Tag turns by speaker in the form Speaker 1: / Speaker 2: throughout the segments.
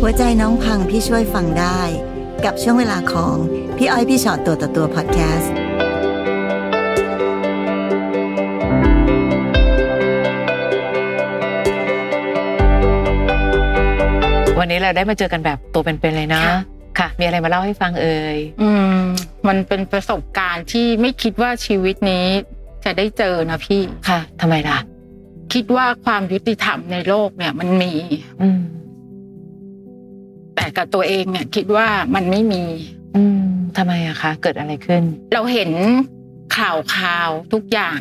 Speaker 1: หัวใจน้องพังพี่ช่วยฟังได้ กับช่วงเวลาของพี่อ้อยพี่ชอตตัวต่อตัวพอดแคสต์
Speaker 2: วันนี้เราได้มาเจอกันแบบตัวเป็นๆเลยนะ
Speaker 3: ค่ะ
Speaker 2: ค่ะ มีอะไรมาเล่าให้ฟังเอ่ย
Speaker 3: อืม มันเป็นประสบการณ์ที่ไม่คิดว่าชีวิตนี้จะได้เจอนะพี่
Speaker 2: ค่ะทำไมล่ะ
Speaker 3: คิดว่าความยุติธรรมในโลกเนี่ย มันมี
Speaker 2: อืม
Speaker 3: แต่กับตัวเองเนี่ย คิดว่ามันไม่มี
Speaker 2: อืมทำไมอะคะ เกิดอะไรขึ้น
Speaker 3: เราเห็นข่าวข่าวทุกอย่าง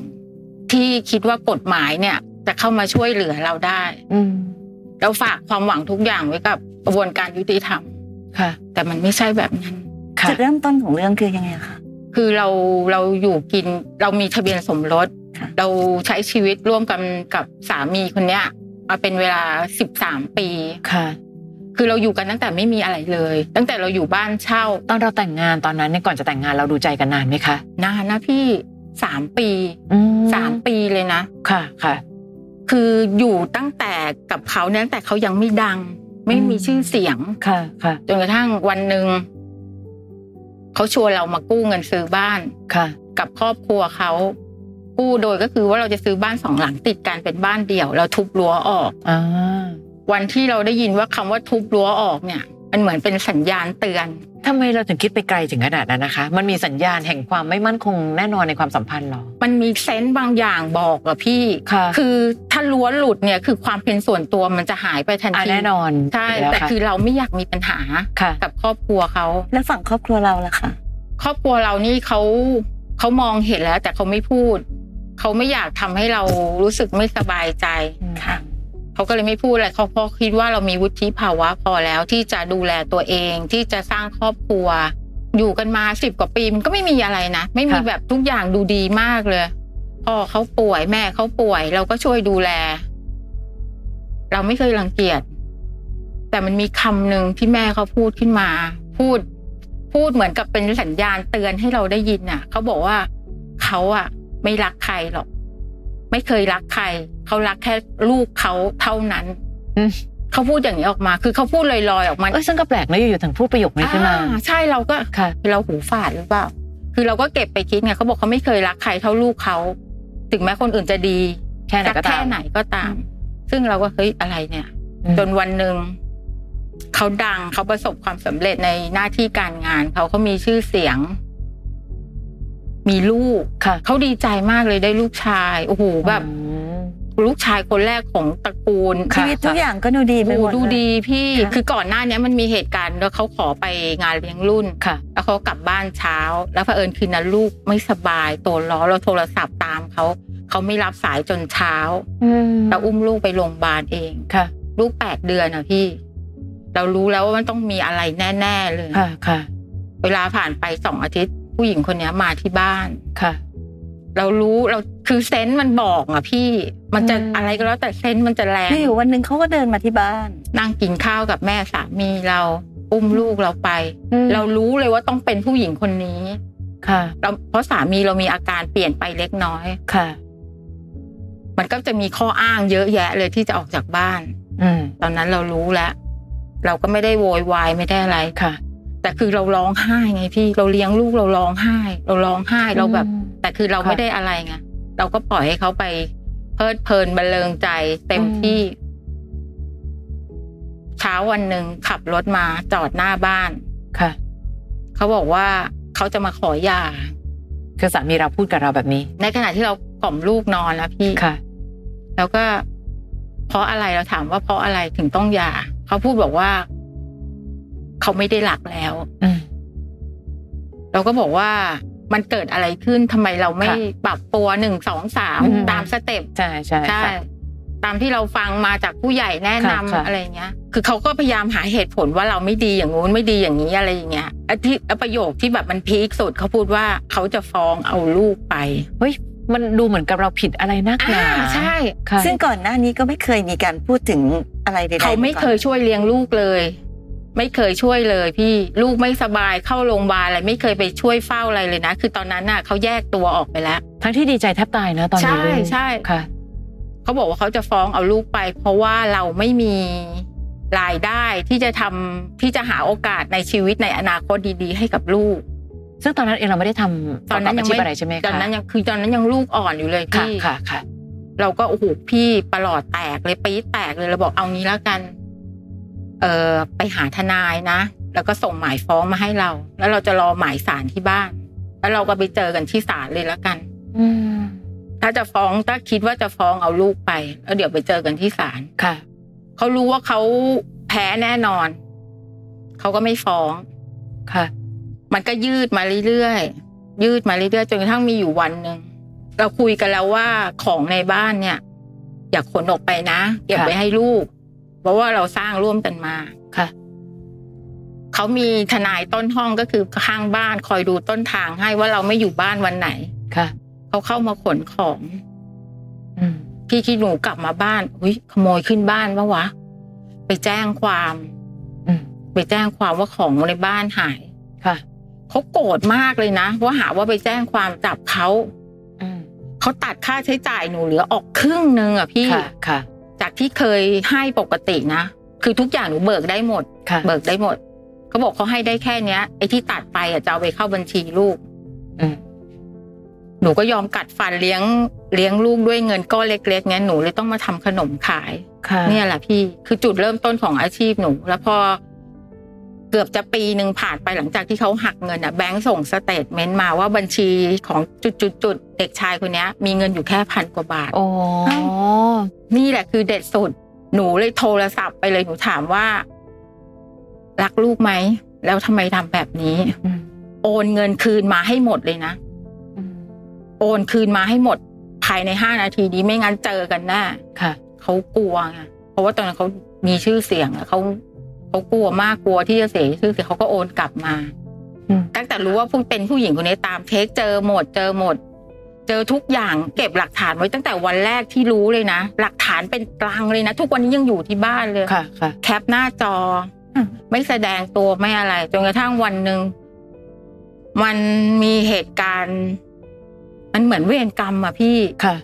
Speaker 3: ที่คิดว่ากฎหมายเนี่ย จะเข้ามาช่วยเหลือเราได้
Speaker 2: อืม
Speaker 3: เราฝากความหวังทุกอย่างไว้กับกระบวนการยุติธรรม
Speaker 2: ค่ะ
Speaker 3: แต่มันไม่ใช่แบบนั้น
Speaker 2: ค่ะ
Speaker 1: จุดเริ่มต้นของเรื่องคือยังไงคะ
Speaker 3: คือเราเราอยู่กินเรามีทะเบียนสมรส
Speaker 1: ค่ะ
Speaker 3: เราใช้ชีวิตร่วมกันกับสามีคนเนี้ยมาเป็นเวลาสิบสามปี
Speaker 2: ค่ะ
Speaker 3: คือเราอยู่กันตั้งแต่ไม่มีอะไรเลย ตั้งแต่เราอยู่บ้านเช่า
Speaker 2: ตอนเราแต่งงานตอนนั้นเนี่ยก่อนจะแต่งงานเราดูใจกันนานไหมคะ
Speaker 3: นานนะพี่สามปี
Speaker 2: อื
Speaker 3: สามปีเลยนะ
Speaker 2: ค่ะ ค่ะ
Speaker 3: คืออยู่ตั้งแต่กับเขาเนี่ยตั้งแต่เขายังไม่ดัง ไม่มีชื่อเสียง
Speaker 2: ค่ะ ค่ะ
Speaker 3: จนกระทั่งวันหนึ่งเขาชวนเรามากู้เงินซื้อบ้าน
Speaker 2: ค่ะ
Speaker 3: กับครอบครัวเขากู้โดยก็คือว่าเราจะซื้อบ้านสองหลังติดกันเป็นบ้านเดี่ยว เราทุบรั้วออก
Speaker 2: อ่า
Speaker 3: วันที่เราได้ยินว่าคำว่าทุบรั้วออกเนี่ย มันเหมือนเป็นสัญญาณเตือน
Speaker 2: ทำไมเราถึงคิดไปไกลถึงขนาดนั้นนะคะ มันมีสัญญาณแห่งความไม่มั่นคงแน่นอนในความสัมพันธ์เหรอ
Speaker 3: มันมีเซนต์บางอย่างบอกอะพี่
Speaker 2: ค่ะ
Speaker 3: คือถ้ารั้วหลุดเนี่ยคือความเป็นส่วนตัวมันจะหายไปทัน
Speaker 2: อ่า
Speaker 3: ที
Speaker 2: แน่นอน
Speaker 3: ใช่
Speaker 2: ล้
Speaker 3: แต่
Speaker 2: วะ
Speaker 3: คือเราไม่อยากมีปัญหา
Speaker 2: ค่ะ
Speaker 3: กับครอบครัวเขา
Speaker 1: แล้วฝั่งครอบครัวเราล่ะคะ
Speaker 3: ครอบครัวเรานี่เขาเขามองเห็นแล้ว แต่เขาไม่พูด เขาไม่อยากทำให้เรารู้สึกไม่สบายใจ เขาก็เลยไม่พูดอะไรเขาเพราะคิดว่าเรามีวุฒิภาวะพอแล้วที่จะดูแลตัวเองที่จะสร้างครอบครัว อยู่กันมาสิบกว่าปีมันก็ไม่มีอะไรนะ ไม่มี
Speaker 2: ค่ะ
Speaker 3: แบบทุกอย่างดูดีมากเลยพ่อเขาป่วยแม่เขาป่วย เราก็ช่วยดูแล เราไม่เคยรังเกียจแต่มันมีคำหนึ่งที่แม่เขาพูดขึ้นมา พูด พูดเหมือนกับเป็นสัญญาณเตือนให้เราได้ยินน่ะเขาบอกว่าเขาอะไม่รักใครหรอก ไม่เคยรักใครเขารักแค่ลูกเขาเท่านั้น
Speaker 2: อืม
Speaker 3: เขาพูดอย่างนี้ออกมา คือเขาพูดลอยๆออกมา
Speaker 2: เอ้ยซึ่งก็แปลกนะอยู่ๆถึงพูดประโยคนี้ขึ้นมา
Speaker 3: อ่าใช่เราก็
Speaker 2: ค่ะ
Speaker 3: เราหูฝาดหรือเปล่า คือเราก็เก็บไปคิดไงเขาบอกเขาไม่เคยรักใครเท่าลูกเขาถึงแม้คนอื่นจะดี
Speaker 2: แค่ไหน
Speaker 3: รั
Speaker 2: ก็ตา
Speaker 3: แค่
Speaker 2: ม
Speaker 3: ไหนก็ตาม ซึ่งเราก็เฮ้ยอะไรเนี่ย
Speaker 2: อืม
Speaker 3: จนวันหนึ่งเขาดังเขาประสบความสำเร็จในหน้าที่การงานเขาเขามีชื่อเสียง มีลูก
Speaker 2: ค่ะ
Speaker 3: เขาดีใจมากเลยได้ลูกชายโอ้โหแบบ
Speaker 2: อืม
Speaker 3: ลูกชายคนแรกของตระกูล
Speaker 2: ค่ะ
Speaker 1: ชีวิตทุกอย่างก็ดูดีไปหมด
Speaker 3: โอ้ดู
Speaker 1: เลย
Speaker 3: ดีพี่
Speaker 1: ค่ะ
Speaker 3: คือก่อนหน้าเนี้ยมันมีเหตุการณ์แล้วเขาขอไปงานเลี้ยงรุ่น
Speaker 2: ค่ะ
Speaker 3: แล้วเขากลับบ้านเช้า แล้วเผอิญคืนนั้นลูกไม่สบายตัวร้อนเราโทรศัพท์ตามเขา เขาไม่รับสายจนเช้า
Speaker 2: อืม
Speaker 3: เราอุ้มลูกไปโรงพยาบาลเอง
Speaker 2: ค่ะ
Speaker 3: ลูกแปดเดือนอะพี่ เรารู้แล้วว่ามันต้องมีอะไรแน่ ๆ เลย
Speaker 2: ค่ะ ค่ะ
Speaker 3: เวลาผ่านไปสองอาทิตย์ ผู้หญิงคนเนี้ยมาที่บ้าน
Speaker 2: ค่ะ
Speaker 3: เรารู้เราคือเซนส์มันบอกอะพี่ มันจะ
Speaker 2: อืม
Speaker 3: อะไรก็แล้วแต่เซนส์มันจะแรง
Speaker 1: อยู่ๆวันหนึ่งเขาก็เดินมาที่บ้าน
Speaker 3: นั่งกินข้าวกับแม่สามีเราอุ้มลูกเราไป
Speaker 2: อืม
Speaker 3: เรารู้เลยว่าต้องเป็นผู้หญิงคนนี้
Speaker 2: ค่ะ
Speaker 3: เราเพราะสามีเรามีอาการเปลี่ยนไปเล็กน้อย
Speaker 2: ค่ะ
Speaker 3: มันก็จะมีข้ออ้างเยอะแยะเลยที่จะออกจากบ้าน
Speaker 2: อืม
Speaker 3: ตอนนั้นเรารู้แล้ว เราก็ไม่ได้โวยวายไม่ได้อะไร
Speaker 2: ค่ะ
Speaker 3: แต่คือเราร้องไห้ไงพี่เราเลี้ยงลูกเราร้องไห้ เราร้องไห้เราแบบ
Speaker 2: อืม
Speaker 3: แต่คือเรา
Speaker 2: ค่ะ
Speaker 3: ไม่ได้อะไรไงเราก็ปล่อยให้เขาไปเพลิดเพลินบันเริงใจเต็ม
Speaker 2: อืม
Speaker 3: ที่ เช้าวันหนึ่งขับรถมาจอดหน้าบ้าน
Speaker 2: ค่ะ
Speaker 3: เขาบอกว่าเขาจะมาขอหย่า
Speaker 2: คือสามีเราพูดกับเราแบบนี้
Speaker 3: ในขณะที่เรากล่อมลูกนอนนะพี่
Speaker 2: ค่ะ
Speaker 3: แล้วก็ เพราะอะไรเราถามว่าเพราะอะไรถึงต้องหย่าเขาพูดบอกว่า เขาไม่ได้หลักแล้ว
Speaker 2: อืม
Speaker 3: เราก็บอกว่ามันเกิดอะไรขึ้นทำไมเราไม่
Speaker 2: ค่ะ
Speaker 3: ปรับตัวหนึ่งสองสาม
Speaker 2: อืม
Speaker 3: ตามสเต็ป
Speaker 2: ใช่ใช่
Speaker 3: ใช่
Speaker 2: ค่ะ
Speaker 3: ตามที่เราฟังมาจากผู้ใหญ่แนะนำ
Speaker 2: ค่ะค่ะ
Speaker 3: อะไรเงี้ย คือเขาก็พยายามหาเหตุผลว่าเราไม่ดีอย่างงู้นไม่ดีอย่างนี้อะไรอย่างเงี้ยไอ้ที่ไอ้ประโยคที่แบบมันพีคสุดเขาพูดว่าเขาจะฟ้องเอาลูกไป
Speaker 2: เฮ้ย มันดูเหมือนกับเราผิดอะไรนักหนา
Speaker 3: อ่าใช่
Speaker 2: ค่ะ
Speaker 1: ซึ่งก่อนหน้านี้ก็ไม่เคยมีการพูดถึงอะไรใดๆ
Speaker 3: เขาไม่
Speaker 1: ก่อน
Speaker 3: เคยช่วยเลี้ยงลูกเลย ไม่เคยช่วยเลย พี่ลูกไม่สบายเข้าโรงพยาบาลอะไรไม่เคยไปช่วยเฝ้าอะไรเลยนะ คือตอนนั้นน่ะเขาแยกตัวออกไปแล้ว
Speaker 2: ทั้งที่ดีใจแทบตายนะตอนนี้
Speaker 3: ใช่
Speaker 2: เลย
Speaker 3: ใช่
Speaker 2: ค่ะ
Speaker 3: เขาบอกว่าเขาจะฟ้องเอาลูกไป เพราะว่าเราไม่มี รายได้ที่จะทำที่จะหาโอกาสในชีวิตในอนาคตดีๆ ให้กับลูก
Speaker 2: ซึ่งตอนนั้นเองเราไม่ได้ทำ
Speaker 3: ตอนนั้นยัง
Speaker 2: ประกบอาชีพอะ
Speaker 3: ไม่
Speaker 2: ไรใช่ไหมคะ
Speaker 3: ตอนนั้นยังคือตอนนั้นยังลูกอ่อนอยู่เลย
Speaker 2: ค่ะ
Speaker 3: พี่
Speaker 2: ค่ะค่ะ
Speaker 3: เราก็โอ้โหพี่ประหลอดแตกเลยปี๊ดแตกเลยเราบอกเอางี้แล้วกัน เออไปหาทนายนะแล้วก็ส่งหมายฟ้องมาให้เรา แล้วเราจะรอหมายศาลที่บ้าน แล้วเราก็ไปเจอกันที่ศาลเลยแล้วกัน
Speaker 2: อืม
Speaker 3: ถ้าจะฟ้องถ้าคิดว่าจะฟ้องเอาลูกไป แล้วเดี๋ยวไปเจอกันที่ศาล
Speaker 2: ค่ะ
Speaker 3: เขารู้ว่าเขาแพ้แน่นอนเขาก็ไม่ฟ้อง
Speaker 2: ค่ะ
Speaker 3: มันก็ยืดมาเรื่อยๆ ยืดมาเรื่อยๆ จนกระทั่งมีอยู่วันหนึ่งเราคุยกันแล้วว่าของในบ้านเนี่ย อย่าขนออกไปนะเก็บไว้ให้ลูก เพราะว่าเราสร้างร่วมกันมา
Speaker 2: ค่ะ
Speaker 3: เขามีทนายต้นห้องก็คือข้างบ้านคอยดูต้นทางให้ว่าเราไม่อยู่บ้านวันไหน
Speaker 2: ค่ะ
Speaker 3: เขาเข้ามาขนของ
Speaker 2: อืม
Speaker 3: พี่ขี้หนูกลับมาบ้านอุ้ยขโมยขึ้นบ้านปะวะ ไปแจ้งความ
Speaker 2: อืม
Speaker 3: ไปแจ้งความว่าของในบ้านหาย
Speaker 2: ค่ะ
Speaker 3: เขาโกรธมากเลยนะว่าหาว่าไปแจ้งความจับเขา
Speaker 2: อืม
Speaker 3: เขาตัดค่าใช้จ่ายหนูเหลือออกครึ่งหนึ่งอะพี่
Speaker 2: ค่ะค่ะ
Speaker 3: จากที่เคยให้ปกตินะ คือทุกอย่างหนูเบิกได้หมด
Speaker 2: ค่ะ
Speaker 3: เบิกได้หมด เขาบอกเขาให้ได้แค่เนี้ยไอ้ที่ตัดไปอะจะเอาไปเข้าบัญชีลูก
Speaker 2: อืม
Speaker 3: หนูก็ยอมกัดฟันเลี้ยงเลี้ยงลูกด้วยเงินก้อนเล็กๆเนี้ยหนูเลยต้องมาทำขนมขาย
Speaker 2: ค่ะ
Speaker 3: เนี่ยแหละพี่คือจุดเริ่มต้นของอาชีพหนู แล้วพอเกือบจะปีหนึ่งผ่านไปหลังจากที่เขาหักเงินอ่ะแบงก์ส่งสเตทเมนต์มาว่าบัญชีของจุดๆๆเด็กชายคนเนี้ย มีเงินอยู่แค่พันกว่าบาท
Speaker 2: โอ้
Speaker 3: นี่แหละคือเด็ดสุด หนูเลยโทรศัพท์ไปเลยหนูถามว่า รักลูกไหม แล้วทำไมทำแบบนี้
Speaker 2: อืม
Speaker 3: โอนเงินคืนมาให้หมดเลยนะ
Speaker 2: อืม
Speaker 3: โอนคืนมาให้หมด ภายในห้านาทีนี้ไม่งั้นเจอกันแน่
Speaker 2: ค่ะ
Speaker 3: เขากลัวไงเพราะว่าตอนนั้นเขามีชื่อเสียงอะเขาเขากลัวมากกลัวที่จะเสียชื่อเสียงเขาก็โอนกลับมา
Speaker 2: อืม
Speaker 3: ตั้งแต่รู้ว่าผู้เป็นผู้หญิงคนนี้ตามเช็คเจอหมด เจอหมด เจอทุกอย่างเก็บหลักฐานไว้ตั้งแต่วันแรกที่รู้เลยนะหลักฐานเป็นกลางเลยนะทุกวันนี้ยังอยู่ที่บ้านเลย
Speaker 2: ค่ะค่ะ
Speaker 3: แคปหน้าจออ
Speaker 2: ม
Speaker 3: ไม่แสดงตัวไม่อะไร จนกระทั่งวันหนึ่ง มันมีเหตุการณ์ มันเหมือนเวรกรรมอะพี่
Speaker 2: ค่ะ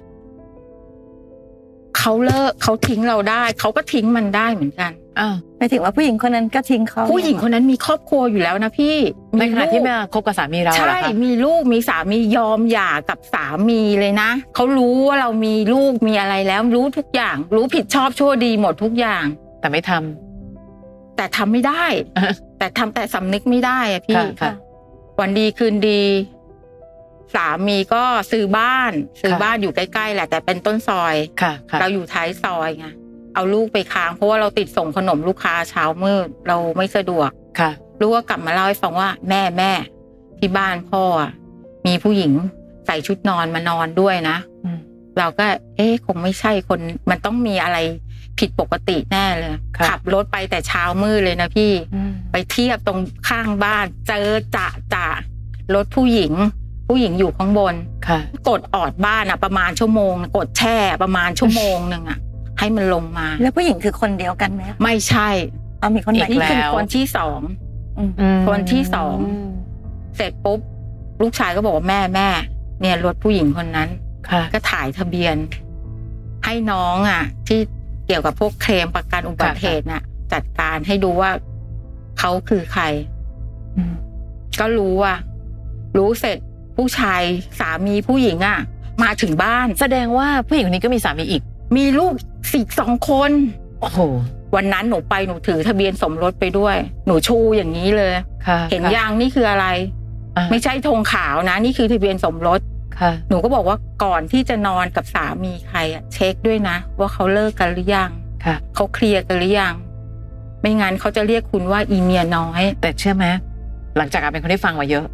Speaker 3: เขาเลิกเขาทิ้งเราได้ เขาก็ทิ้งมันได้เหมือนกัน
Speaker 2: อ้าว
Speaker 4: หมายถึงว่าผู้หญิงคนนั้นก็ทิ้งเขา
Speaker 3: ผู้หญิงคนนั้นมีครอบครัวอยู่แล้วนะพี่
Speaker 2: ในขณะที่
Speaker 3: ลูก
Speaker 2: มาคบกับสามีเราเหรอ
Speaker 3: ใช่
Speaker 2: คะ
Speaker 3: มีลูก มีสามียอมหย่ากับสามีเลยนะ เขารู้ว่าเรามีลูก มีอะไรแล้ว รู้ทุกอย่าง รู้ผิดชอบชั่วดีหมดทุกอย่าง
Speaker 2: แต่ไม่ทำ
Speaker 3: แต่ทำไม่ ได้ แต่ทำแต่สำนึกไม่ได้อะพี่
Speaker 2: ค่ะค่ะ
Speaker 3: วันดีคืนดี สามีก็ซื้อบ้าน ซื้อ
Speaker 2: ค่ะ
Speaker 3: บ้านอยู่ใกล้ๆแหละ แต่เป็นต้นซอย
Speaker 2: ค่ะค่ะ
Speaker 3: เราอยู่ท้ายซอยไง เอาลูกไปค้าง เพราะว่าเราติดส่งขนมลูกค้าเช้ามืด เราไม่สะดวก
Speaker 2: ค่ะ
Speaker 3: ลูกก็กลับมาเล่าให้ฟังว่าแม่แม่ที่บ้านพ่ออะมีผู้หญิงใส่ชุดนอนมานอนด้วยนะ
Speaker 2: อืม
Speaker 3: เราก็ เอ๊ะคงไม่ใช่คนมันต้องมีอะไรผิดปกติแน่เลย
Speaker 2: ค่ะ
Speaker 3: ขัรถไปแต่เช้ามืดเลยนะพี่ ไปเทียบตรงข้างบ้าน เจอจะจะรถผู้หญิง ผู้หญิงอยู่ข้างบน
Speaker 2: ค่ะ
Speaker 3: กดออดบ้านอะประมาณชั่วโมง กดแช่ประมาณชั่วโมงหนึ่งอะ ให้มันลงมา
Speaker 4: แล้วผู้หญิงคือคนเดียวกันไหมคะ
Speaker 3: ไม่ใช่
Speaker 4: เอามีคนใหม่
Speaker 2: อีก
Speaker 3: นี่
Speaker 2: แล้ว
Speaker 3: คือคนที่สอง
Speaker 4: อืม
Speaker 2: อืม
Speaker 3: คนที่สอง เสร็จปุ๊บ ลูกชายก็บอกว่าแม่แม่ เนี่ยรถผู้หญิงคนนั้น
Speaker 2: ค่ะ
Speaker 3: ก็ถ่ายทะเบียน ให้น้องอ่ะ ที่เกี่ยวกับพวกเคลมประกันอุบัติเหตุน่ะ จัดการให้ดูว่าเขาคือใคร
Speaker 2: อืม
Speaker 3: ก็รู้ว่า รู้เสร็จผู้ชายสามีผู้หญิงอ่ะ มาถึงบ้าน
Speaker 2: แสดงว่าผู้หญิงคนนี้ก็มีสามีอีก
Speaker 3: มีลูกสี่สองคน
Speaker 2: โอ้โห
Speaker 3: วันนั้นหนูไปหนูถือทะเบียนสมรสไปด้วย หนูชูอย่างนี้เลย
Speaker 2: ค่ะ
Speaker 3: เห็น
Speaker 2: ค่ะ
Speaker 3: ยังนี่คืออะไร
Speaker 2: อ่า
Speaker 3: ไม่ใช่ธงขาวนะ นี่คือทะเบียนสมรส
Speaker 2: ค่ะ
Speaker 3: หนูก็บอกว่าก่อนที่จะนอนกับสามีใครอะเช็คด้วยนะ ว่าเขาเลิกกันหรือยัง
Speaker 2: ค่ะ
Speaker 3: เขาเคลียร์กันหรือยัง ไม่งั้นเขาจะเรียกคุณว่าอีเมียน้อย
Speaker 2: แต่เชื่อไหมหลังจากการเป็นคนที่ฟังมาเยอะ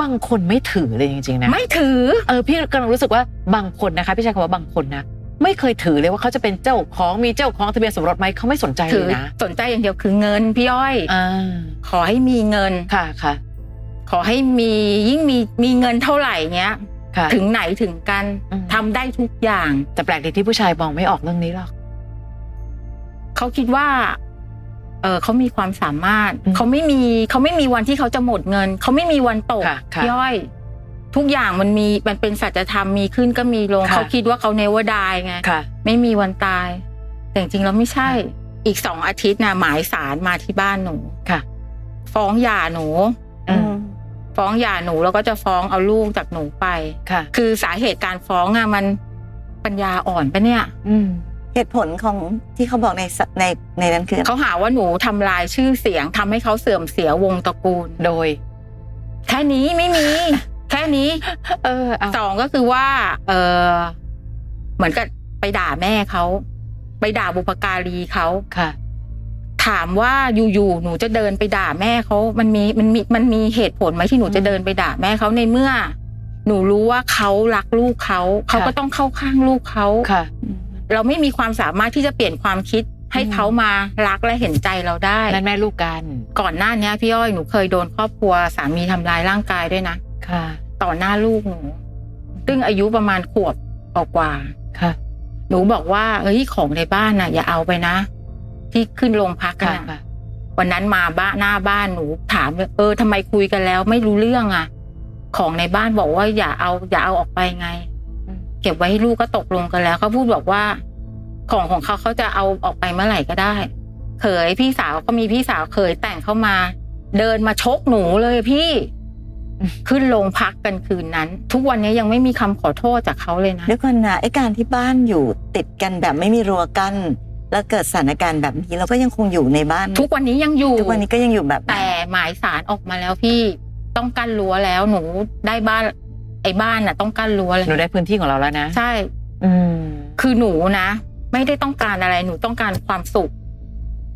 Speaker 2: บางคนไม่ถือเลยจริงๆนะ
Speaker 3: ไม่ถือ
Speaker 2: เออพี่กำลังรู้สึกว่าบางคนนะคะ พี่ใช้คำว่าบางคนนะไม่เคยถือเลยว่าเขาจะเป็นเจ้าของมีเจ้าของทะเบียนสมรสไหมเขาไม่สนใจ
Speaker 3: ถื
Speaker 2: เลยนะ
Speaker 3: สนใจอย่างเดียวคือเงินพี่อ้อย
Speaker 2: อ่า
Speaker 3: ขอให้มีเงิน
Speaker 2: ค่ะค่ะ
Speaker 3: ขอให้มียิ่งมีมีเงินเท่าไหร่เงี้ย
Speaker 2: ค่ะ
Speaker 3: ถึงไหนถึงกัน
Speaker 2: อืม
Speaker 3: ทำได้ทุกอย่าง
Speaker 2: แต่แปลกดีที่ผู้ชายมองไม่ออกเรื่องนี้หรอก
Speaker 3: เขาคิดว่า เออเขามีความสามารถ
Speaker 2: อืม
Speaker 3: เขาไม่มีเขาไม่มีวันที่เขาจะหมดเงิน เขาไม่มีวันตก
Speaker 2: ค่ะค่ะ
Speaker 3: ย่อ้อย ทุกอย่างมันมีมันเป็นสัจธรรมมีขึ้นก็มีลง
Speaker 2: ค่ะ
Speaker 3: เขาคิดว่าเขาเนวดายไง
Speaker 2: ค่ะ
Speaker 3: ไม่มีวันตาย แต่จริงๆแล้วไม่ใช่ อีกสองอาทิตย์นะหมายสารมาที่บ้านหนู
Speaker 2: ค่ะ
Speaker 3: ฟ้องหย่าหนู
Speaker 2: อืม
Speaker 3: ฟ้องหย่าหนูแล้วก็จะฟ้องเอาลูกจากหนูไป
Speaker 2: ค่ะ
Speaker 3: คือสาเหตุการฟ้องอะมันปัญญาอ่อนปะเนี่ย
Speaker 2: อืม
Speaker 4: เหตุผลของที่เขาบอกในสในในนั้นคืออะไร
Speaker 3: เขาหาว่าหนูทำลายชื่อเสียงทำให้เขาเสื่อมเสียวงตระกูล
Speaker 2: โดย
Speaker 3: แค่นี้ไม่ มี แค่นี้
Speaker 2: เออเอา
Speaker 3: สองก็คือว่า เออเหมือนกับไปด่าแม่เขาไปด่าบุพการีเขา
Speaker 2: ค่ะ
Speaker 3: ถามว่าอยู่ๆหนูจะเดินไปด่าแม่เขามันมีมันมีมันมีเหตุผลไหมที่หนูจะเดินไปด่าแม่เขาในเมื่อ หนูรู้ว่าเขารักลูกเขาเขา
Speaker 2: ค่ะ
Speaker 3: ก็ต้องเข้าข้างลูกเขา
Speaker 2: ค่ะ
Speaker 3: เราไม่มีความสามารถที่จะเปลี่ยนความคิดให้
Speaker 2: อืม
Speaker 3: เขามารักและเห็นใจเราได้
Speaker 2: นั่นแม่ลูกกัน
Speaker 3: ก่อนหน้าเนี้ยพี่อ้อยหนูเคยโดนครอบครัวสามีทำร้ายร่างกายด้วยนะ
Speaker 2: ค่ะ
Speaker 3: ต่อหน้าลูกหนูซึ่งอายุประมาณขวบกว่าๆ
Speaker 2: ค่ะ
Speaker 3: หนูบอกว่าเฮ้ยของในบ้านน่ะ อย่าเอาไปนะ ที่ขึ้นโรงพักกั
Speaker 2: ค่ะ
Speaker 3: นน่ะวันนั้นมาบ้านหน้าบ้านหนูถามเลยเออทำไมคุยกันแล้ว ไม่รู้เรื่องอ่ะ ของในบ้านบอกว่าอย่าเอา อย่าเอาออกไปไง
Speaker 2: อืม
Speaker 3: เก็บไว้ให้ลูกก็ตกลงกันแล้วเขาพูดบอกว่า ของของเขาเขาจะเอาออกไปเมื่อไหร่ก็ได้ เขยพี่สาวก็มีพี่สาวเขยแต่งเข้ามา เดินมาชกหนูเลยพี่
Speaker 2: อืม
Speaker 3: ขึ้นโรงพักกันคืนนั้น ทุกวันนี้ยังไม่มีคำขอโทษจากเขาเลยนะ
Speaker 4: เดี๋ยวก่อนนะไอ้การที่บ้านอยู่ติดกันแบบไม่มีรั้วกั้นแล้วเกิดสถานการณ์แบบนี้เราก็ยังคงอยู่ในบ้าน
Speaker 3: ทุกวันนี้ยังอยู่
Speaker 4: ทุกวันนี้ก็ยังอยู่แบบนั้น
Speaker 3: แต่หมายสารออกมาแล้วพี่ต้องกั้นรั้วแล้วหนูได้บ้าน ไอ้บ้านน่ะ ต้องกั้นรั้วเลย
Speaker 2: หนูได้พื้นที่ของเราแล้วนะ
Speaker 3: ใช่
Speaker 2: อืม
Speaker 3: คือหนูนะ ไม่ได้ต้องการอะไรหนูต้องการความสุข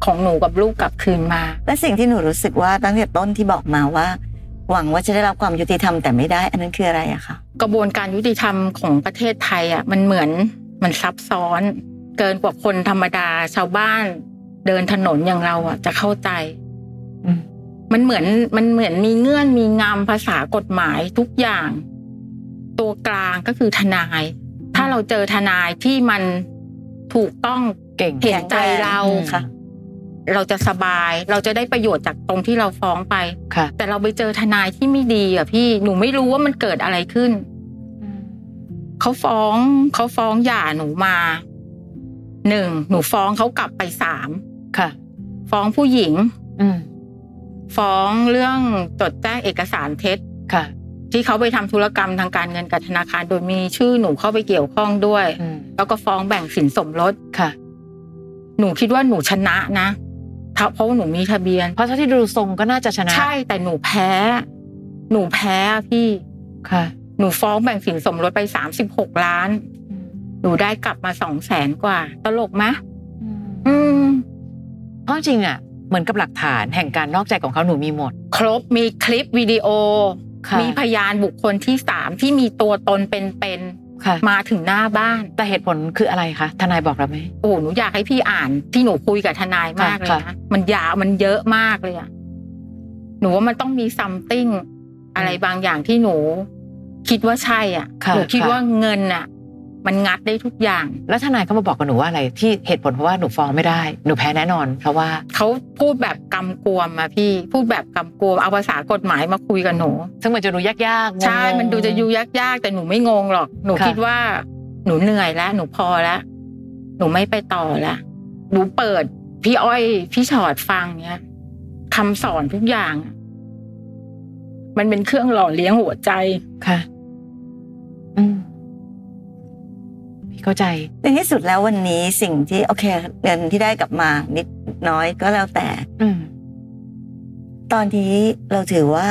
Speaker 3: ของหนูกับลูกกลับคืนมา
Speaker 4: และสิ่งที่หนูรู้สึกว่าตั้งแต่ต้นที่บอกมาว่า หวังว่าจะได้รับความยุติธรรมแต่ไม่ได้ อันนั้นคืออะไรอะคะ
Speaker 3: กระบวนการยุติธรรมของประเทศไทยอ่ะ มันเหมือนมันซับซ้อน เกินกว่าคนธรรมดาชาวบ้าน เดินถนนอย่างเราอ่ะ จะเข้าใจ
Speaker 2: อืม
Speaker 3: มันเหมือนมันเหมือนมีเงื่อนมีงามภาษากฎหมายทุกอย่าง ตัวกลางก็คือทนาย ถ้าเราเจอทนายที่มันถูกต้อง
Speaker 2: เก่ง
Speaker 3: เห็นใจเรา
Speaker 2: อืม
Speaker 4: ค่ะ
Speaker 3: เราจะสบายเราจะได้ประโยชน์จากตรงที่เราฟ้องไป
Speaker 2: ค่ะ
Speaker 3: แต่เราไปเจอทนายที่ไม่ดีอ่ะพี่หนูไม่รู้ว่ามันเกิดอะไรขึ้น เขาฟ้องเขาฟ้องหย่าหนูมาหนึ่งหนูฟ้องเขากลับไปสาม
Speaker 2: ค่ะ
Speaker 3: ฟ้องผู้หญิง
Speaker 2: อืม
Speaker 3: ฟ้องเรื่องจดแจ้งเอกสารเท็จ
Speaker 2: ค่ะ
Speaker 3: ที่เขาไปทำธุรกรรมทางการเงินกับธนาคาร โดยมีชื่อหนูเข้าไปเกี่ยวข้องด้วย
Speaker 2: อืม
Speaker 3: แล้วก็ฟ้องแบ่งสินสมรส
Speaker 2: ค่ะ
Speaker 3: หนูคิดว่าหนูชนะนะถ้าเพราะว่าหนูมีทะเบียน
Speaker 2: เพราะเท่าที่ดูทรงก็น่าจะชนะ
Speaker 3: ใช่แต่หนูแพ้ หนูแพ้อะพี่
Speaker 2: ค่ะ
Speaker 3: หนูฟ้องแบ่งสินสมรสไปสามสิบหกล้าน หนูได้กลับมาสองแสนกว่า ตลกไหมอืม
Speaker 2: เพราะจริงอ่ะ เหมือนกับหลักฐานแห่งการนอกใจของเขาหนูมีหมด
Speaker 3: ครบมีคลิปวิดีโอ
Speaker 2: ค่ะ
Speaker 3: มีพยานบุคคลที่สามที่มีตัวตนเป็น
Speaker 2: ค่ะ
Speaker 3: ๆมาถึงหน้าบ้าน
Speaker 2: แต่เหตุผลคืออะไรคะ ทนายบอกเราไหม
Speaker 3: โอ้โหหนูอยากให้พี่อ่านที่หนูคุยกับทนายมากเลย
Speaker 2: ค่ะ
Speaker 3: นะมันยาวมันเยอะมากเลยอะหนูว่ามันต้องมีซัมติ n งอะไรบางอย่างที่หนู คิดว่าใช่อ่ะ
Speaker 2: ค่ะ
Speaker 3: หนูคิด
Speaker 2: ค่ะ
Speaker 3: ว่าเงินอ่ะ มันงัดได้ทุกอย่าง
Speaker 2: แล้วทนายเขามาบอกกับหนูว่าอะไร ที่เหตุผลเพราะว่าหนูฟ้องไม่ได้ หนูแพ้แน่นอน เพราะว่า
Speaker 3: เขาพูดแบบกำกวมอะพี่ พูดแบบกำกวม เอาภาษากฎหมายมาคุยกับหนู
Speaker 2: ซึ่งมันจะดูยากๆงงๆ
Speaker 3: ใช่ มันดูจะยูยากยากๆ แต่หนูไม่งงหรอก หนู
Speaker 2: ค่ะ
Speaker 3: คิดว่า หนูเหนื่อยแล้ว หนูพอแล้ว หนูไม่ไปต่อละหนูเปิด พี่อ้อย พี่ชอดฟังเนี้ยคำสอนทุกอย่างอะมันเป็นเครื่องหล่อเลี้ยงหัวใจ
Speaker 2: ค่ะ อืมพี่เข้าใจ
Speaker 4: ในที่สุดแล้ววันนี้สิ่งที่โอเคเงินที่ได้กลับมานิดน้อยก็แล้วแต่
Speaker 2: อืม
Speaker 4: ตอนนี้เราถือว่า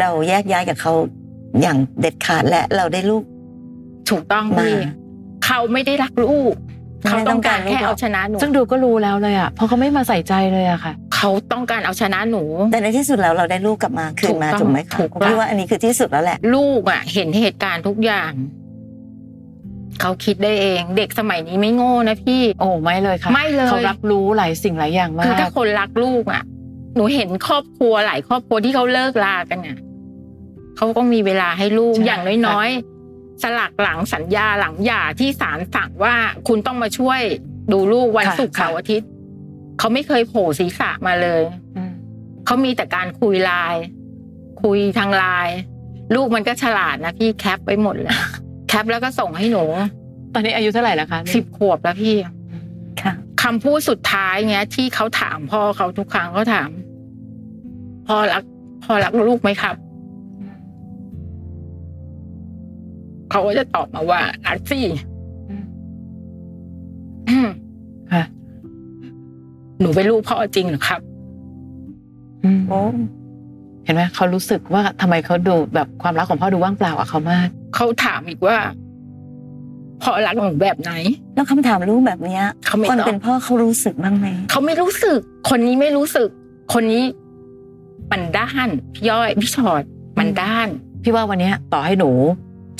Speaker 4: เราแยกย้ายกับเขาอย่างเด็ดขาดและเราได้ลูก
Speaker 3: ถูกต้องพี่
Speaker 4: มา
Speaker 3: เขาไม่ได้รักลูก เขา
Speaker 4: ไม่ได้ต้
Speaker 3: ต้อ
Speaker 4: อง ง
Speaker 3: กา
Speaker 4: การ ร
Speaker 3: แค่
Speaker 4: ลูกหรอก
Speaker 3: เอาชนะหนู
Speaker 2: ซึ่งดูก็รู้แล้วเลยอ่ะ เพราะเขาไม่มาใส่ใจเลยอะค่ะ
Speaker 3: เขาต้องการเอาชนะหนู
Speaker 4: แต่ในที่สุดแล้วเราได้ลูกกลับมาคืนมา
Speaker 3: ถูกต้อง
Speaker 4: ถูกไหมคะ
Speaker 3: ถูกต้อง
Speaker 4: พี่ว่าอันนี้คือที่สุดแล้วแหละ
Speaker 3: ลูกอ่ะ เห็นเหตุการณ์ทุกอย่าง เขาคิดได้เอง เด็กสมัยนี้ไม่โง่นะพี่
Speaker 2: โอ้ไม่เลยค่ะ
Speaker 3: ไม่เลย
Speaker 2: เขารับรู้หลายสิ่งหลายอย่างมา
Speaker 3: คือถ้าก คนรักลูกอ่ะ หนูเห็นครอบครัวหลายครอบครัวที่เขาเลิกลากันอ่ะเขาก็มีเวลาให้ลูก
Speaker 2: ใช่
Speaker 3: อย่างน้อยๆสลักหลังสัญญาหลังหย่าที่ศาลสั่งว่าคุณต้องมาช่วยดูลูกวันศุกร์เสาร์อาทิตย์เขาไม่เคยโผล่ศีรษะมาเลย
Speaker 2: อืม
Speaker 3: เขามีแต่การคุยไลน์คุยทางไลน์ลูกมันก็ฉลาดนะพี่แคปไว้หมดเลย แคปแล้วก็ส่งให้หนู
Speaker 2: ตอนนี้อายุเท่าไหร่แล้วคะ
Speaker 3: สิบขวบแล้วพี่
Speaker 2: อืม
Speaker 4: ค่ะ
Speaker 3: คำพูดสุดท้ายเนี้ย ที่เขาถามพ่อเขาทุกครั้งเขาถามพ่อรักพ่อรักลูกไหมครับ เขาก็จะตอบมาว่ารักสิ อืม
Speaker 2: ค่ะ
Speaker 3: หนูเป็นลูกพ่อจริงเหรอครับ
Speaker 2: อืม
Speaker 4: โอ้
Speaker 2: เห็นไหมเขารู้สึกว่าทำไมเขาดูแบบความรักของพ่อดูว่างเปล่าอะเขามาก
Speaker 3: เขาถามอีกว่าพ่อรักหนูแบบไหน
Speaker 4: แล้วคำถามลูกแบบเนี้ย
Speaker 3: เขาไม่
Speaker 4: คน
Speaker 3: ตอบ
Speaker 4: เป็นพ่อเขารู้สึกบ้างไหม
Speaker 3: เขาไม่รู้สึก คนนี้ไม่รู้สึก คนนี้มันด้านพี่ย้อยพี่ชอดมันด้าน
Speaker 2: พี่ว่าวันเนี้ยต่อให้หนู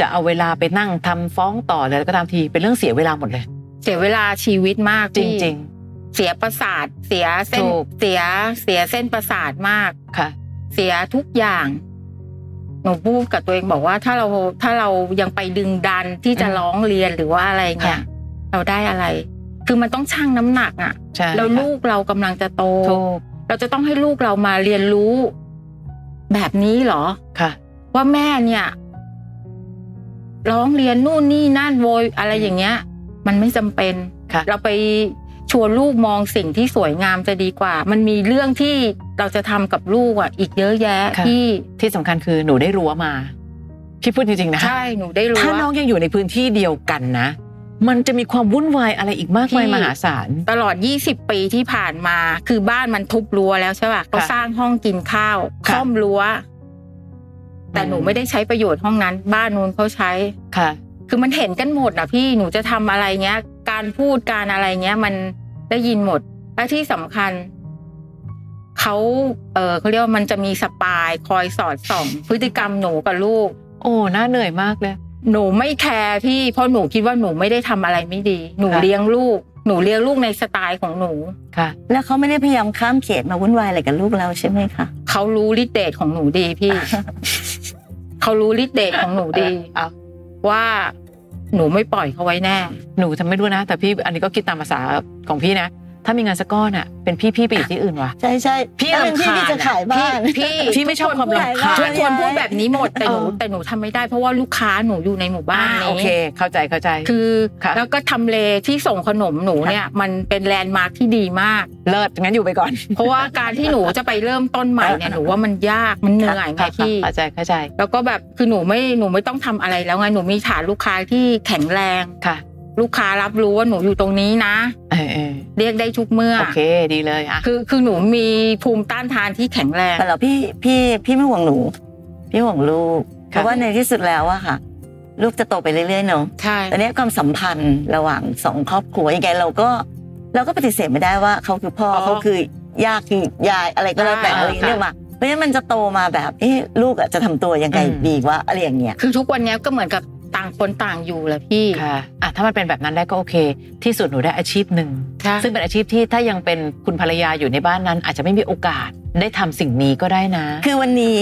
Speaker 2: จะเอาเวลาไปนั่งทำฟ้องต่ออะไรก็ตามทีเป็นเรื่องเสียเวลาหมดเลย
Speaker 3: เสียเวลาชีวิตมาก
Speaker 2: จ
Speaker 3: พี่
Speaker 2: ริง
Speaker 3: เสียประสาท เสียเส้น
Speaker 2: ถูก
Speaker 3: เสียเสียเส้นประสาทมาก
Speaker 2: ๆ ค่ะ
Speaker 3: เสียทุกอย่างหนูพูดกับตัวเองบอกว่าถ้าเราถ้าเรายังไปดึงดันที่จะ
Speaker 2: อืม
Speaker 3: ร้องเรียนหรือว่าอะไรเงี้ย
Speaker 2: ค่ะ
Speaker 3: เราได้อะไร คือมันต้องชั่งน้ำหนักอ่ะ
Speaker 2: ใช่
Speaker 3: แล้ว
Speaker 2: ค่ะ
Speaker 3: ลูกเรากำลังจะโต
Speaker 2: ถูก
Speaker 3: เราจะต้องให้ลูกเรามาเรียนรู้ แบบนี้เหรอ
Speaker 2: ค่ะ
Speaker 3: ว่าแม่เนี่ยร้องเรียนนู่นนี่นั่นโวยอะไรอย่างเงี้ย มันไม่จำเป็น
Speaker 2: ค่ะ
Speaker 3: เราไปชวนลูกมองสิ่งที่สวยงามจะดีกว่า มันมีเรื่องที่เราจะทำกับลูกอ่ะ อีกเยอะแยะ
Speaker 2: ค่ะ
Speaker 3: ที่
Speaker 2: ที่สำคัญคือหนูได้รั้วมา พี่พูดจริงๆนะ
Speaker 3: ใช่หนูได้รู้
Speaker 2: ถ้า
Speaker 3: ว่า
Speaker 2: น้องยังอยู่ในพื้นที่เดียวกันนะ มันจะมีความวุ่นวายอะไรอีกมากมาย
Speaker 3: พี่
Speaker 2: มหาศาล
Speaker 3: ตลอด 20 ปีที่ผ่านมา คือบ้านมันทุบรั้วแล้วใช่ป่ะก็สร้างห้องกินข้าว
Speaker 2: ค่ะ
Speaker 3: ค่อมรั้ว แต่หนูไม่ได้ใช้ประโยชน์ห้องนั้น บ้านนู้นเขาใช้
Speaker 2: ค่ะ
Speaker 3: คือมันเห็นกันหมดนะพี่หนูจะทำอะไรเงี้ย การพูดการอะไรเงี้ย มันได้ยินหมด และที่สำคัญเขาเออเขาเรียกว่ามันจะมีสปายคอยสอดส่อง พฤติกรรมหนูกับลูก
Speaker 2: โอ้น่าเหนื่อยมากเลย
Speaker 3: หนูไม่แคร์พี่เพราะหนูคิดว่าหนูไม่ได้ทำอะไรไม่ดี หนู
Speaker 2: ค่ะ
Speaker 3: เลี้ยงลูก หนูเลี้ยงลูกในสไตล์ของหนู
Speaker 2: ค่ะ
Speaker 4: แล้วเขาไม่ได้พยายามข้ามเขตมาวุ่นวายอะไรกับลูกเราใช่ไหมคะ
Speaker 3: เขารู้ฤทธิ์เดชของหนูดีพี่ เขารู้ฤทธิ์เดชของหนูดี
Speaker 2: เอา
Speaker 3: ว่าหนูไม่ปล่อยเขาไว้แน่
Speaker 2: หนูทำไม่รู้นะ แต่พี่อันนี้ก็คิดตามภาษาของพี่นะ ถ้ามีงานสักก้อนอ่ะ เป็นพี่พี่ไปอยู่ที่อื่นว่ะ
Speaker 4: ใช่ใช่
Speaker 2: พี่
Speaker 4: แล้วเป็น
Speaker 2: รำ
Speaker 4: พี่
Speaker 2: คาญ
Speaker 4: ที่จะขายบ้าน
Speaker 3: พี่
Speaker 2: พี่ไม่ชอบความรำคาญ
Speaker 3: ทุกคนพูดแบบนี้หมดแต่หนู
Speaker 2: เออ
Speaker 3: แต่หนูทำไม่ได้เพราะว่าลูกค้าหนูอยู่ในหมู่บ้าน
Speaker 2: อ่โอเค
Speaker 3: นี้
Speaker 2: เข้าใจเข้าใจ
Speaker 3: คือ
Speaker 2: ค่ะ
Speaker 3: แล้วก็ทำเลที่ส่งขนมหนูเนี่ยมันเป็นแลนด์มาร์คที่ดีมาก
Speaker 2: เลิศงั้นอยู่ไปก่อน
Speaker 3: เพราะว่าการที่หนูจะไปเริ่มต้นใหม่เนี่ยหนูว่ามันยากมันเหนื่อยไง
Speaker 2: ค่ะค่ะ
Speaker 3: พี่
Speaker 2: เข้าใจเข้าใจ
Speaker 3: แล้วก็แบบคือหนูไม่หนูไม่ต้องทำอะไรแล้วไงหนูมีฐานลูกค้าที่แข็งแรง
Speaker 2: ค่ะ
Speaker 3: ลูกค้ารับรู้ว่าหนูอยู่ตรงนี้นะ
Speaker 2: เออเออ
Speaker 3: เรียกได้ทุกเมื่อ
Speaker 2: โอเคดีเลยอ่ะ
Speaker 3: คือคือหนูมีภูมิต้านทานที่แข็งแรง
Speaker 4: แต่เราพี่พี่พี่ไม่ห่วงหนู พี่ห่วงลูก เพ
Speaker 2: ค่ะ
Speaker 4: ราะว่าในที่สุดแล้วอะค่ะ ลูกจะโตไปเรื่อยๆเนาะ
Speaker 3: ใช่
Speaker 4: ตอนนี้ความสัมพันธ์ระหว่างสองครอบครัวยังไงเราก็ เราก็ปฏิเสธไม่ได้ว่าเขาคือพ่อ
Speaker 3: อ๋อ
Speaker 4: เขาคือยากคือยายอะไรก็แล้วแต่
Speaker 3: อ่า
Speaker 4: อะไรอย่างเงี้ยเรียกมาเพราะฉะนั้นมันจะโตมาแบบเอ๊ะลูกอะจะทำตัวยังไงดีวะอะไรอย่างเงี้ย
Speaker 3: คือทุกวันเนี้ยก็เหมือนกับต่างคนต่างอยู่แหละพี่
Speaker 2: ค่ะอ่ะถ้ามันเป็นแบบนั้นได้ก็โอเค ที่สุดหนูได้อาชีพหนึ่ง
Speaker 3: ใช่
Speaker 2: ซึ่งเป็นอาชีพที่ถ้ายังเป็นคุณภรรยาอยู่ในบ้านนั้น อาจจะไม่มีโอกาสได้ทำสิ่งนี้ก็ได้นะ
Speaker 4: คือวันนี้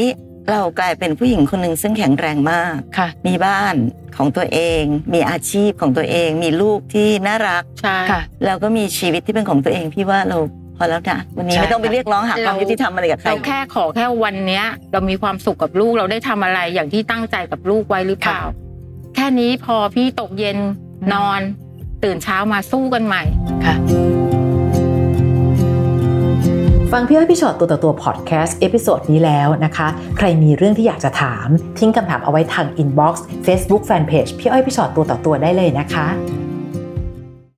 Speaker 4: เรากลายเป็นผู้หญิงคนหนึ่งซึ่งแข็งแรงมาก
Speaker 2: ค่ะ
Speaker 4: มีบ้านของตัวเอง มีอาชีพของตัวเอง มีลูกที่น่ารัก
Speaker 3: ใช่
Speaker 2: ค่ะ
Speaker 4: แล้วก็มีชีวิตที่เป็นของตัวเองพี่ว่าเราพอแล้วนะวันนี้
Speaker 2: ใช่
Speaker 4: ไม่ต้องไปเรียกร้องหาความยุติธรรมอะไรกับใคร
Speaker 3: เราแค่ขอแค่วันเนี้ย เรามีความสุขกับลูกเราได้ทำอะไรอย่างที่ตั้งใจกับลูกไว้หรือเปล่า แค่นี้พอพี่ตกเย็นนอน ตื่นเช้ามาสู้กันใหม่
Speaker 2: ค่ะ
Speaker 5: ฟังพี่อ้อยพี่ชอตตัวต่อตัวพอดแคสต์เอพิโซดนี้แล้วนะคะ ใครมีเรื่องที่อยากจะถาม ทิ้งคำถามเอาไว้ทางอินบ็อกซ์เฟซบุ๊กแฟนเพจพี่อ้อยพี่ชอตตัวต่อตัวได้เลยนะคะ